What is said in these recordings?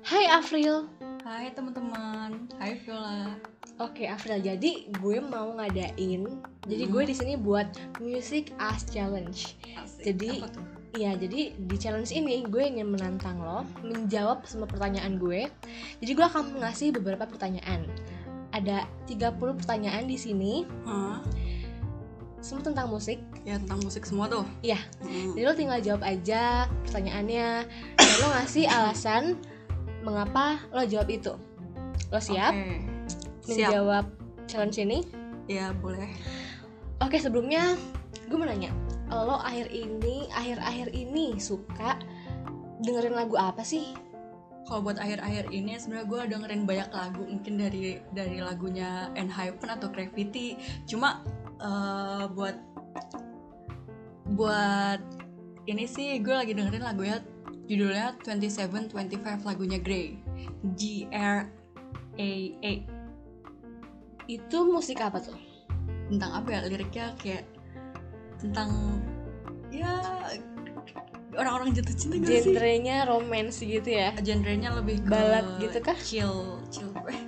Hai Afril. Hai teman-teman, Hai Viola. Oke Afril, jadi gue mau ngadain. Jadi gue di sini buat Music as Challenge. Asik. Jadi- Apa tuh? Iya, jadi di challenge ini gue ingin menantang lo menjawab semua pertanyaan gue. Jadi gue akan ngasih beberapa pertanyaan. Ada 30 pertanyaan di sini, Hah? semua tentang musik. Ya tentang musik semua tuh. Iya. Hmm. Jadi lo tinggal jawab aja pertanyaannya. Dan lo ngasih alasan mengapa lo jawab itu. Lo siap Oke. Siap. menjawab challenge ini? Ya boleh. Oke sebelumnya gue mau nanya Lo akhir ini, akhir-akhir ini suka dengerin lagu apa sih? Kalau buat akhir-akhir ini sebenarnya gue dengerin banyak lagu mungkin dari dari lagunya Enhypen atau Gravity. Cuma eh, buat buat ini sih gue lagi dengerin lagunya judulnya 2725 lagunya Grey. G R A A Itu musik apa tuh? tentang apa ya liriknya kayak tentang ya orang-orang jatuh cinta gak sih? Genrenya romance gitu ya? Genrenya lebih ke Balad gitu kah? Chill, chill. Eh,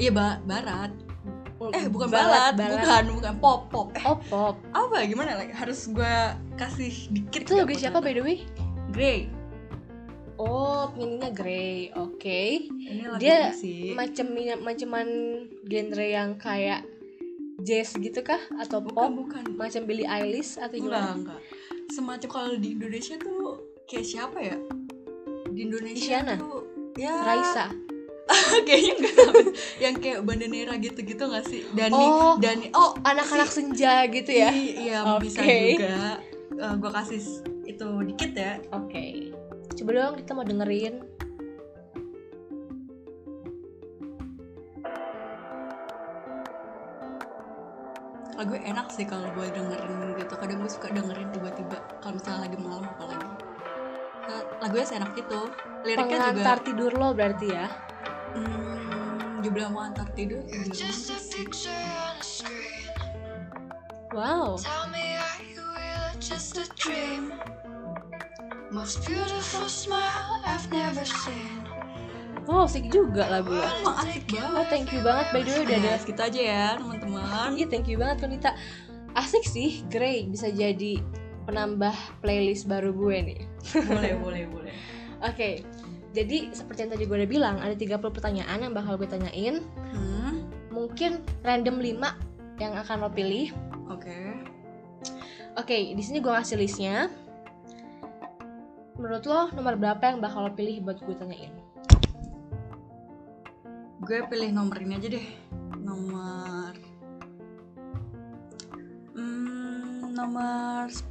iya ba- barat. Eh bukan Balad, balat, balad. bukan bukan pop pop. Eh Oh pop apa ya, gimana? Like, harus gue kasih dikit. Itu lagu siapa by the way? Grey. Oh penyanyinya Grey, oke Ini lagu Dia ini sih. Macem, maceman genre yang kayak jazz gitu kah? Atau pop? Bukan gitu ya? bukan. Macam Billie Eilish atau Enggak gimana? enggak. Semacam kalau di Indonesia tuh kayak siapa ya? Di Indonesia Isyana? tuh ya Raisa kayaknya nggak sampai yang kayak bandanera gitu-gitu nggak sih Dani Oh. Dani oh Anak-anak senja gitu ya? i- iya Oke. bisa juga Eh, gua kasih s- itu dikit ya Oke. Coba dong kita mau dengerin. lagu enak sih kalau gue dengerin gitu kadang gue suka dengerin tiba-tiba kalau misalnya lagi malam apalagi Eh, lagunya seenak itu liriknya Pengantar juga tidur lo berarti ya. hmm, dibilang mau antar tidur You're belum just a sih. picture on a screen. Wow. Tell me, are you really just a dream? Most beautiful smile I've never seen. Wow, asik juga lagu lo. Emang asik Oh, banget thank you banget by the way udah ada. ya, segitu aja ya teman-teman Iya, thank you banget Konita. Asik sih, Grey bisa jadi penambah playlist baru gue nih. boleh boleh boleh Oke. Jadi seperti yang tadi gue udah bilang, ada 30 pertanyaan yang bakal gue tanyain. hmm, Mungkin random 5 yang akan lo pilih. oke Oke, di sini gue ngasih listnya. Menurut lo nomor berapa yang bakal lo pilih buat gue tanyain? gue pilih nomor ini aja deh nomor hmm, nomor 10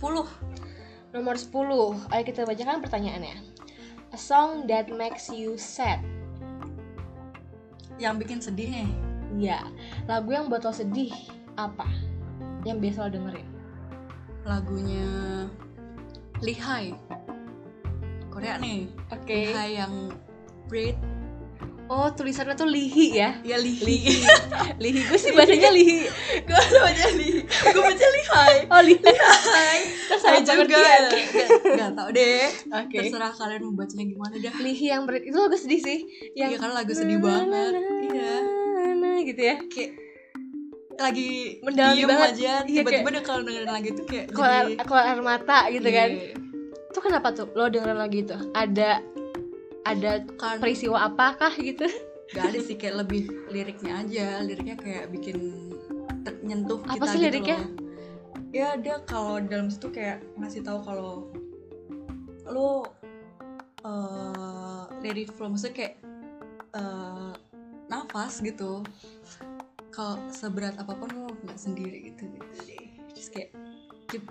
Nomor 10, ayo kita bacakan pertanyaannya. A song that makes you sad. yang bikin sedih nih Ya, lagu yang buat lo sedih apa? Yang biasa lo dengerin. lagunya Lihai Korea nih Oke. Lihai yang Breathe Oh, tulisannya tuh lihi ya. ya Lihi Lihi gue sih bacanya lihi. gue baca Lihi gue baca Lihai Oh, lihi. Lihai Tersalah pengertian. Gak tau deh Oke. Terserah kalian mau bacanya gimana dah Lihi yang berat itu lagu sedih sih. Iya Yang kan lagu sedih banget Iya gitu ya. kayak lagi Mendalam diem banget. aja Iya, tiba-tiba deh kalau dengerin lagu itu kayak Keluar, jadi- keluar air mata gitu Iya. kan. Itu kenapa tuh lo dengerin lagu itu? Ada ada kan peristiwa apakah gitu? gak ada sih kayak lebih liriknya aja liriknya kayak bikin ter- nyentuh Apa kita sih gitu liriknya? loh. ya dia kalau dalam situ kayak ngasih tahu kalau lo eh lirik flow maksudnya kayak eh, nafas gitu kalau seberat apapun lo nggak sendiri gitu gitu deh terus kayak gitu,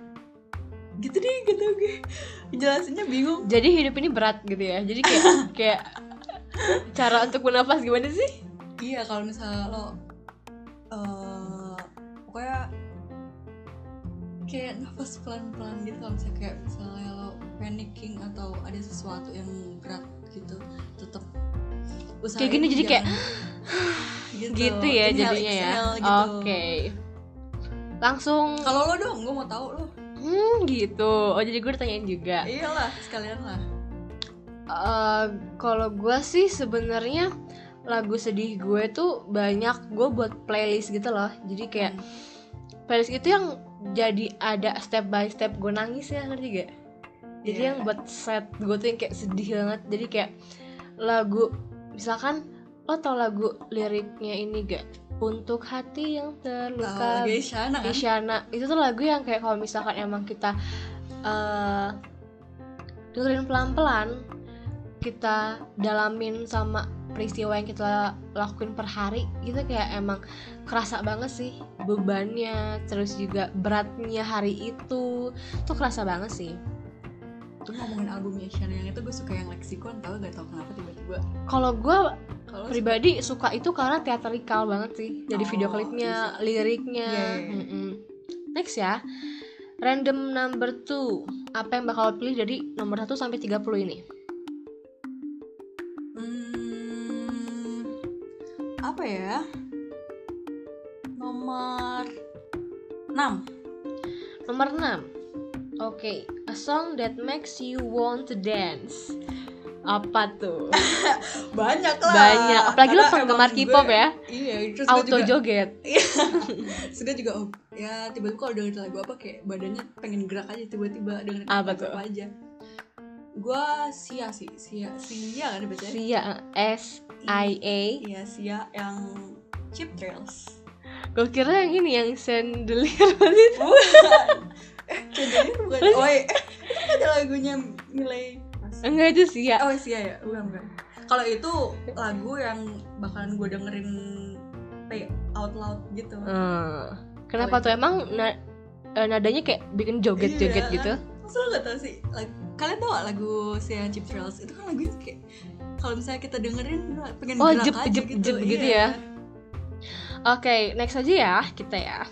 gitu deh gitu gue jelasinnya bingung jadi hidup ini berat gitu ya jadi kayak kayak cara untuk bernafas gimana sih Iya kalau misalnya lo eh pokoknya kayak nafas pelan-pelan gitu kalau misalnya kayak misalnya lo panicking atau ada sesuatu yang berat gitu tetap usahain Kayak gini, jadi kayak jangan- gitu, gitu ya inhale, jadinya ya exhale gitu. oke langsung kalau lo dong gue mau tahu lo hmm gitu. Oh, jadi gue ditanyain juga. iyalah sekalian lah Eh, kalau gue sih sebenarnya lagu sedih gue tuh banyak gue buat playlist gitu loh. Jadi kayak Iya. playlist itu yang jadi ada step by step gue nangis ya ngerti gak? Jadi Iya. yang buat set gue tuh yang kayak sedih banget. Jadi kayak lagu misalkan lo tau lagu liriknya ini gak? Untuk hati yang terluka Tahu Geisha nah kan Isyana itu tuh lagu yang kayak kalau misalkan emang kita eh dengerin pelan-pelan kita dalamin sama peristiwa yang kita lakuin per hari gitu kayak emang kerasa banget sih bebannya terus juga beratnya hari itu tuh kerasa banget sih tuh ngomongin albumnya Isyana yang itu gue suka yang leksikon tau gak tau kenapa tiba-tiba kalau gue kalau pribadi suka itu karena teatrikal banget sih jadi Oh, video klipnya bisa. liriknya Iya, iya, iya. mm-mm. next ya random number two apa yang bakal lo pilih dari nomor 1 sampai 30 ini Hmm, apa ya? Nomor 6. nomor 6 oke a song that makes you want to dance apa tuh Banyak lah. banyak apalagi lo Karena penggemar emang K-pop gue- ya Iya, terus gue auto juga joget sudah juga oh, ya tiba-tiba kalau dengerin lagu apa kayak badannya pengen gerak aja tiba-tiba dengerin Apa lagu tuh? apa aja. Gua sia sih, sia sia kan bacanya. Sia Iya, eh, S I A Iya, sia yang Chip Trails. gue kira yang ini yang chandelier itu Jadi Eh, bukan Terus- oh, iya. ada lagunya Miley. enggak itu Sia Oh iya ya, bukan bukan. Kalau itu lagu yang bakalan gue dengerin play out loud gitu. Eh, kenapa Kalau- tuh emang na- eh, nadanya kayak bikin joget-joget Iya. gitu? Masa lo gak tau sih? Lagu, kalian tau gak lagu si yang Chip Trails? Itu kan lagunya kayak kalau misalnya kita dengerin pengen Oh, gerak jep, aja jep, gitu. jep gitu ya. Oke, next aja ya kita ya.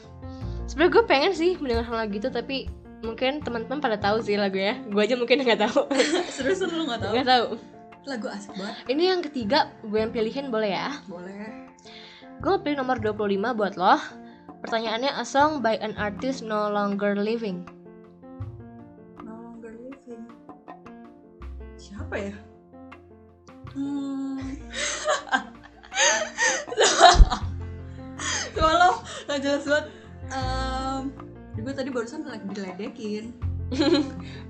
Sebenernya gue pengen sih mendengarkan lagu itu tapi mungkin teman-teman pada tahu sih lagunya. Gue aja mungkin nggak tahu, Seriusan lo gak tau? nggak tahu. Lagu asik banget. Ini yang ketiga gue yang pilihin boleh ya? Boleh. Gue pilih nomor 25 buat lo. Pertanyaannya a song by an artist no longer living. No longer living. Siapa ya? Hmm. Cuma lo gak jelas banget. Em, gue tadi barusan like diledekin.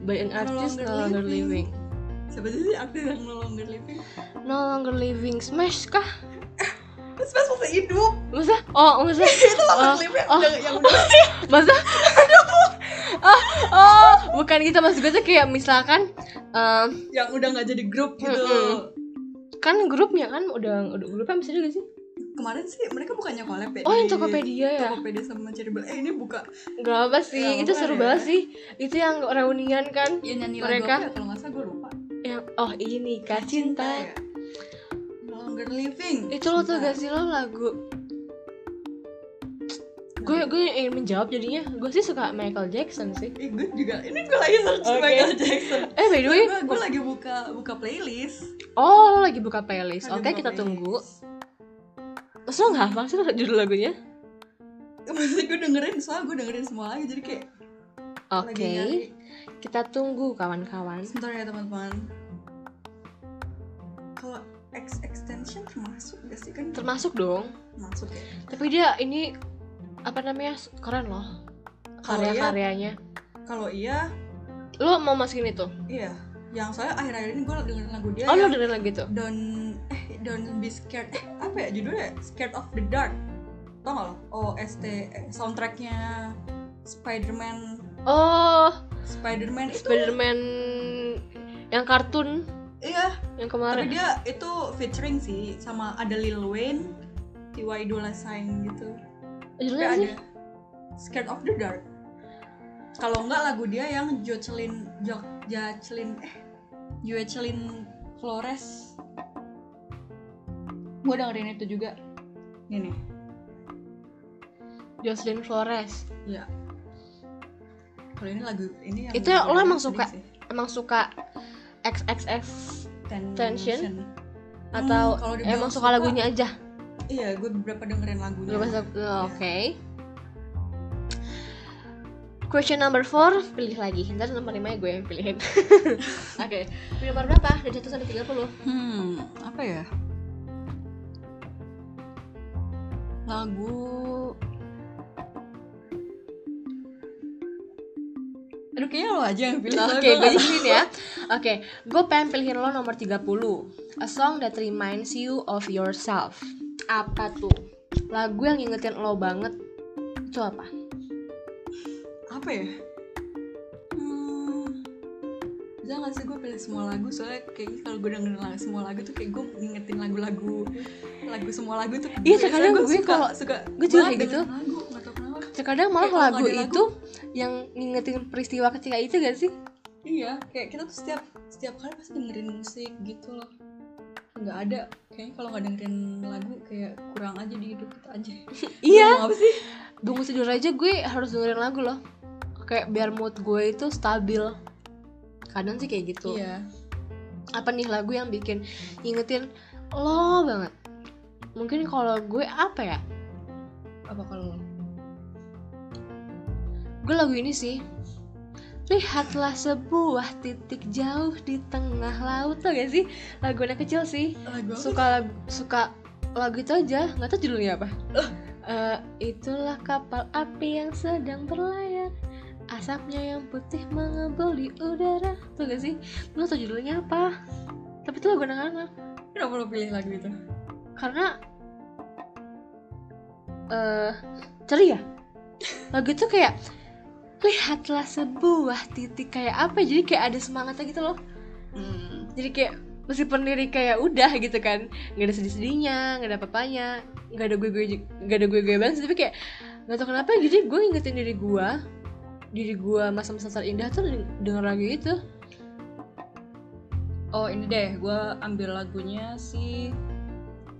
By an artist no longer living. Siapa sih artis yang ya? no longer living? No longer living smash kah? Terus pas masih hidup. Maksudnya? Oh, maksudnya? Itu no longer Oh, living yang oh. udah yang udah. Maksudnya? oh, oh, bukan gitu maksud gue tuh kayak misalkan em, yang udah nggak jadi grup gitu. Mm-mm. kan grupnya kan udah udah grupnya masih ada gak sih? Kemarin sih mereka bukannya collab ya. Oh, yang di Tokopedia ya? Tokopedia sama Cherry Bell. Eh ini buka Gak apa sih, Ya, itu seru bukan ya. banget sih. Itu yang reunian kan? ya nyanyi Mereka. lagu apa ya? kalau nggak salah gue lupa. Yang oh ini kak cinta. ya. No longer living. Itu lo tuh Cinta. gak sih lo lagu? Gue gue ingin menjawab jadinya. Gue sih suka Michael Jackson sih. Ih, gue juga. Ini gue lagi search Oke. Michael Jackson. Eh by the way, Gue, gue lagi buka buka playlist. oh lo lagi buka playlist. Lagi Oke buka kita tunggu. playlist. Terus lo nggak hafal sih judul lagunya? Maksudnya gue dengerin, soalnya gue dengerin semua lagi jadi kayak Oke, lagi nyari. kita tunggu kawan-kawan. Sebentar ya teman-teman. Kalau X extension termasuk gak sih kan? Termasuk dong. Termasuk ya. Tapi dia ini apa namanya keren loh Kalau iya- karya-karyanya. Kalau iya, Lo mau masukin itu? iya. Yang soalnya akhir-akhir ini gue dengerin lagu dia. Oh lo yang dengerin lagu itu? Don't eh Don't be scared. Eh apa ya judulnya? Scared of the dark. Tau gak lo? Oh ST eh, soundtracknya Spiderman Oh Spiderman itu Spiderman yang kartun iya yang tapi kemarin. dia itu featuring sih sama ada Lil Wayne TY Dolla Sign gitu Judulnya apa Tapi Iya sih? ada Scared of the Dark. Kalau enggak lagu dia yang Jocelyn Jo- Jacqueline eh Jocelyn Flores. Gue dengerin itu juga. Ini. Jocelyn Flores. Iya. Kalau ini lagu ini yang Itu lo emang sedih suka? sih. Emang suka XXX Tension? Hmm, atau kalau dibilang emang suka suka- lagunya aja? Iya, gue beberapa dengerin lagunya. Lu masuk- oh, Oke. Question number 4, pilih lagi. Ntar nomor 5 gue yang pilihin. Oke, pilih nomor berapa? Dari 1 sampai 30. Hmm, apa ya? Lagu Aduh kayaknya lo aja yang pilih Oke, gue izinin ya. Oke, gue pengen pilihin lo nomor 30. A song that reminds you of yourself. Apa tuh? Lagu yang ngingetin lo banget itu apa? Apa ya? Hmm, bisa gak sih gue pilih semua lagu soalnya kayaknya kalau gue dengerin lagu- semua lagu tuh kayak gue ngingetin lagu-lagu lagu semua lagu tuh Iya, biasanya terkadang gue gue suka, kalau- suka gue juga banget kayak gitu. dengerin lagu nggak tau kenapa Terkadang malah Kayak Eh, kalau lagu ada lagu- itu yang ngingetin peristiwa ketika itu gak sih? Iya, kayak kita tuh setiap setiap kali pasti dengerin musik gitu loh. Nggak ada, kayaknya kalau nggak dengerin lagu kayak kurang aja di hidup kita aja. Iya. Ngomong apa sih? Bangun tidur aja gue harus dengerin lagu loh. Kayak biar mood gue itu stabil. Kadang sih kayak gitu. Iya. apa nih lagu yang bikin ngingetin lo banget mungkin kalau gue apa ya Apa kalau gue lagu ini sih lihatlah sebuah titik jauh di tengah laut tuh gak sih lagu anak kecil sih lagu apa? suka lag- suka lagu itu aja nggak tahu judulnya apa Eh, itulah kapal api yang sedang berlayar asapnya yang putih mengembul di udara tuh gak sih gue nggak tahu judulnya apa tapi itu lagu anak-anak Kenapa lo pilih lagu itu? karena eh ceria lagu itu kayak lihatlah sebuah titik kayak apa ya? jadi kayak ada semangatnya gitu loh Hmm. jadi kayak meskipun lirik kayak udah gitu kan nggak ada sedih sedihnya nggak ada apa-apanya nggak ada gue gue nggak ada gue gue banget tapi kayak nggak tau kenapa ya, jadi gue ngingetin diri gue diri gue masa-masa terindah tuh deng- denger lagu itu Oh ini deh, gue ambil lagunya si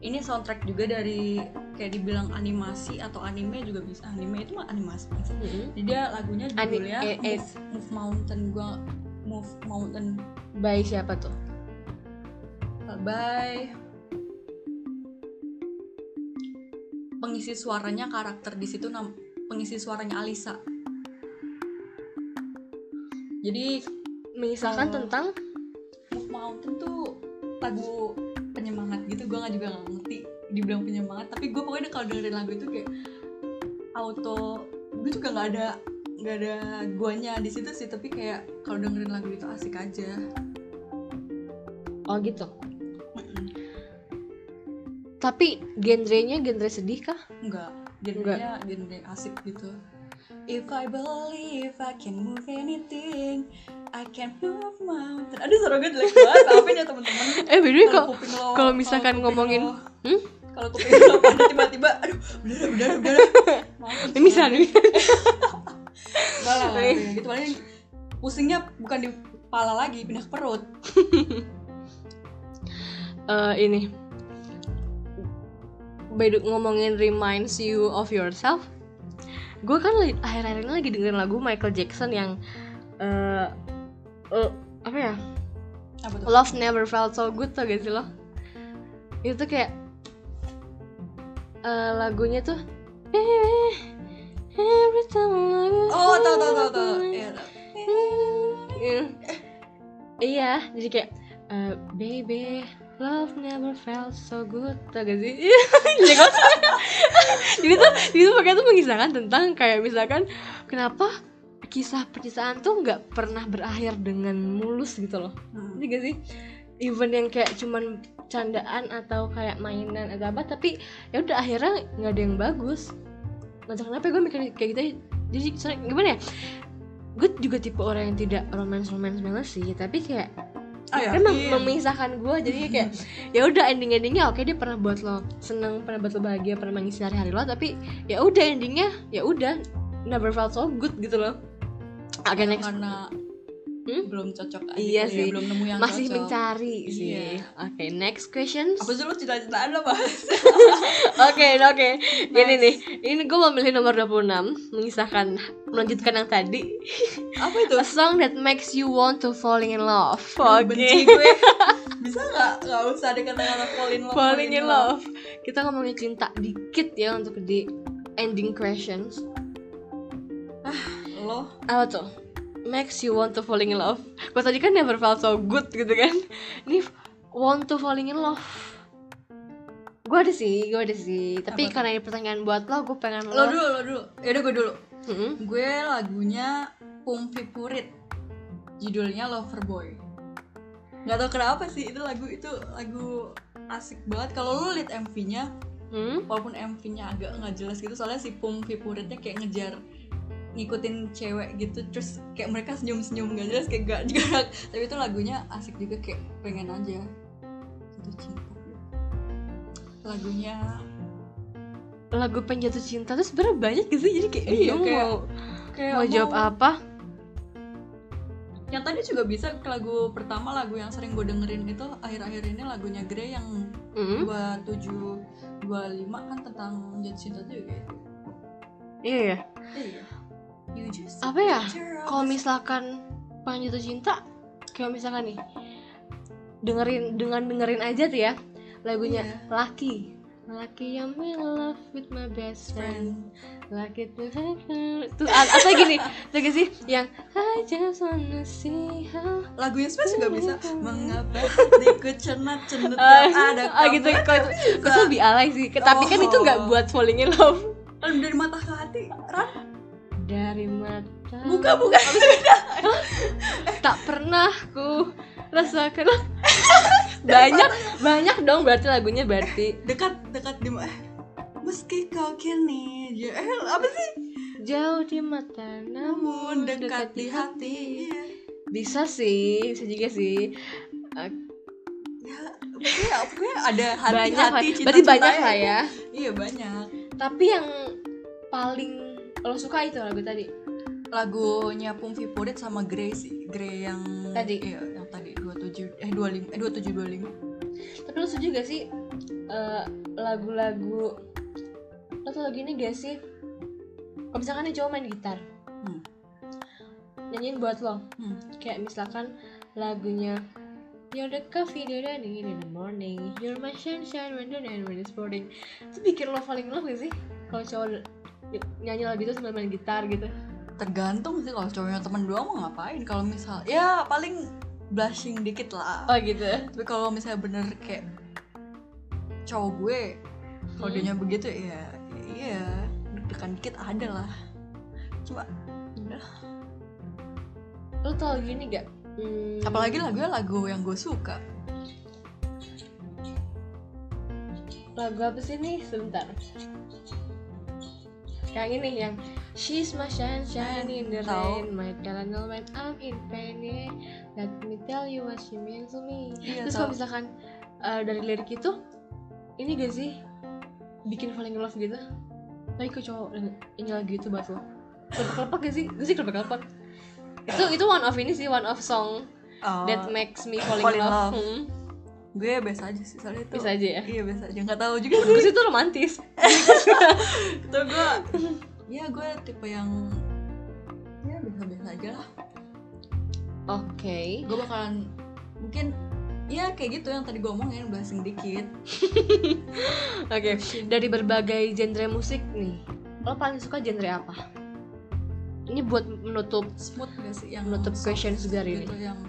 ini soundtrack juga dari kayak dibilang animasi atau anime juga bisa anime itu mah animasi bukan sih? Jadi dia lagunya Ani- judulnya eh, eh. Move, Move Mountain gue Move Mountain by siapa tuh Bye. Pengisi suaranya karakter di situ nam pengisi suaranya Alisa. Jadi mengisahkan Oh. tentang Move Mountain tuh lagu penyemangat gitu gue nggak juga nggak ngerti dibilang penyemangat tapi gue pokoknya kalau dengerin lagu itu kayak auto gue juga nggak ada nggak ada guanya di situ sih tapi kayak kalau dengerin lagu itu asik aja oh gitu tapi genrenya genre sedih kah Enggak, genrenya genre asik gitu. If I believe I can move anything, I can move mountain. Aduh, suara gue jelek banget. Maafin ya teman-teman. Eh by the way Kalau kok kuping lo- kalau misalkan kuping ngomongin, lo- hmm? kalau kuping lo pada tiba-tiba, aduh, udah, udah, udah. Maafin. ini sana ini. Enggak lah, nggak apa-apa. gitu paling pusingnya bukan di kepala lagi, pindah ke perut. Eh, ini. By the- ngomongin reminds you of yourself. Gue kan li- akhir-akhir ini lagi dengerin lagu Michael Jackson yang eh eh, apa ya? Apa tuh? Love Never Felt So Good tau gak sih lo? Itu kayak eh, lagunya tuh eh, Every time I love you, Oh, tahu tahu tahu tahu. I Iya, tahu. Iya. Iya, jadi kayak eh, baby love never felt so good tau gak sih? Iya, Jadi kok- jadi tuh jadi tuh pokoknya tuh mengisahkan tentang kayak misalkan kenapa kisah percintaan tuh nggak pernah berakhir dengan mulus gitu loh Hmm. Iya gak sih? Event yang kayak cuman candaan atau kayak mainan atau apa tapi ya udah akhirnya nggak ada yang bagus. Nggak tahu kenapa gue mikir kayak gitu. Jadi soalnya gimana ya? Gue juga tipe orang yang tidak romance romance banget sih, tapi kayak Ah, dia ya. mem- Iya. memisahkan gue jadi kayak ya udah ending endingnya oke dia pernah buat lo seneng pernah buat lo bahagia pernah mengisi hari hari lo tapi ya udah endingnya ya udah never felt so good gitu loh agak next karena Hmm? belum cocok aja Iya kali ya, sih. belum nemu yang masih cocok. mencari sih. Iya. Oke, next questions. apa sih lu cita-citaan apa Oke, oke. Ini Nice. nih, ini gue memilih nomor 26 mengisahkan melanjutkan yang tadi. apa itu A song that makes you want to falling in love. Aduh, Oke. benci gue bisa nggak nggak usah ada kata-kata falling love Falling in love. Kita ngomongin cinta dikit ya untuk di ending questions. love. lo apa tuh makes you want to falling in love gue tadi kan never felt so good gitu kan ini f- want to falling in love gue ada sih gue ada sih tapi Apa tuh? karena ini pertanyaan buat lo gue pengen lo dulu lo dulu yaudah gue dulu Mm-mm. gue lagunya Pumpi Purit judulnya Loverboy nggak tau kenapa sih itu lagu itu lagu asik banget kalau lu liat MV-nya Hmm? walaupun MV-nya agak nggak jelas gitu soalnya si Pumpi Puritnya kayak ngejar ngikutin cewek gitu terus kayak mereka senyum-senyum nggak jelas kayak gak gerak tapi itu lagunya asik juga kayak pengen aja itu cinta gitu. lagunya lagu penjatuh cinta tuh sebenarnya banyak gitu jadi kayak Iya, bingung kayak- mau kayak mau jawab apa yang tadi juga bisa ke lagu pertama lagu yang sering gue dengerin itu akhir-akhir ini lagunya Grey yang Mm-mm. 27 25 kan tentang jatuh cinta juga itu iya ya iya gitu. You just Apa ya? picture of kalau us. misalkan pengen jatuh cinta kayak misalkan nih dengerin dengan dengerin aja tuh ya lagunya Iya. laki laki yang in love with my best friend friend laki to heaven tuh a- atau gini tuh gini sih yang I just wanna see how lagunya Smash juga bisa mengapa hatiku cenat cenut Oh, Ah, ada ah, gitu kamu kalau itu kalau itu lebih alay sih Ke- tapi kan itu nggak Oh. buat falling in love dari mata ke hati Ran Hmm. dari mata buka buka tak pernah ku rasakan banyak banyak dong berarti lagunya berarti dekat dekat di ma- meski kau kini ya eh, apa sih jauh di mata namun dekat di hati Iya. bisa sih bisa juga sih Eh, ya pokoknya, pokoknya ada hati banyak hati lah. cinta berarti banyak lah ya iya banyak tapi yang paling lo suka itu lagu tadi lagunya Pungfi Purit sama Grey sih Grey yang Tadi. iya, yang tadi 27 eh 25 eh 27 25 tapi lo setuju gak sih eh, lagu-lagu lo tuh lagu ini gak sih kalau misalkan nih cowok main gitar Hmm. nyanyiin buat lo Hmm. kayak misalkan lagunya You're the coffee that I need in the morning You're my sunshine when the night when it's pouring Itu bikin lo falling in love gak sih? Kalau cowok ny- nyanyi lagu itu sambil main gitar gitu tergantung sih kalau cowoknya temen doang mau ngapain kalau misal ya paling blushing dikit lah Oh gitu tapi kalau misalnya bener kayak cowok gue Hmm. kalau dia begitu ya ya iya deg-degan dikit ada lah coba Lo tau lagu ini gak? Hmm, apalagi lagunya lagu yang gue suka lagu apa sih nih? Sebentar Yang ini yang She's my sunshine in the Tahu. rain My calendar when I'm in pain yeah. Let me tell you what she means to me iya Terus kalau tau. misalkan eh, dari lirik itu ini gak sih bikin falling in love gitu? Tapi ke cowok dan ini lagu itu buat lo. Kelepek gak sih? Gue sih kelepek kelepek. Itu itu one of ini sih one of song Oh, that makes me falling, Fall in in love. love. Hmm, gue ya biasa aja sih soalnya itu bisa aja ya. iya biasa aja nggak tahu juga sih Gue sih itu romantis. itu gue ya gue tipe yang ya biasa-biasa aja lah Oke. gue bakalan mungkin ya kayak gitu yang tadi gue omongin blasting dikit Oke. Dari berbagai genre musik nih, lo paling suka genre apa? Ini buat menutup smooth gak sih yang Menutup soft question segar ini. gitu yang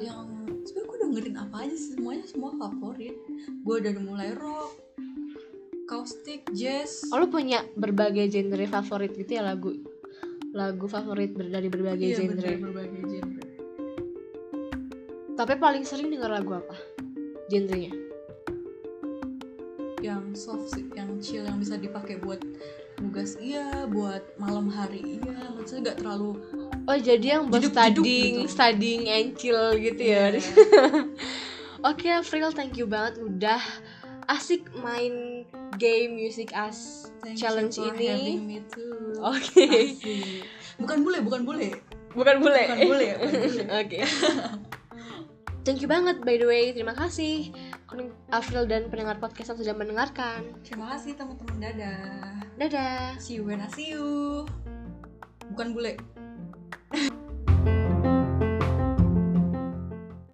yang sebenernya gue dengerin apa aja sih semuanya semua favorit gue dari mulai rock caustic jazz Oh, lu punya berbagai genre favorit gitu ya lagu lagu favorit ber- dari berbagai iya, genre. bener, berbagai genre Tapi paling sering denger lagu apa? Genrenya. yang soft sih, yang chill yang bisa dipakai buat nugas iya buat malam hari iya maksudnya nggak terlalu Oh, jadi yang buat Jeduk-jeduk studying, gitu. studying and chill gitu ya. Iya. Oke, April, thank you banget udah asik main game music as Thank you challenge for ini. having Oh. me too. Oke. Asik. bukan bule bukan bule Bukan bule. bukan bule ya, bukan bule. Oke. Thank you banget by the way. Terima kasih April dan pendengar podcast yang sudah mendengarkan. terima kasih teman-teman dadah Dadah. see you when I see you bukan bule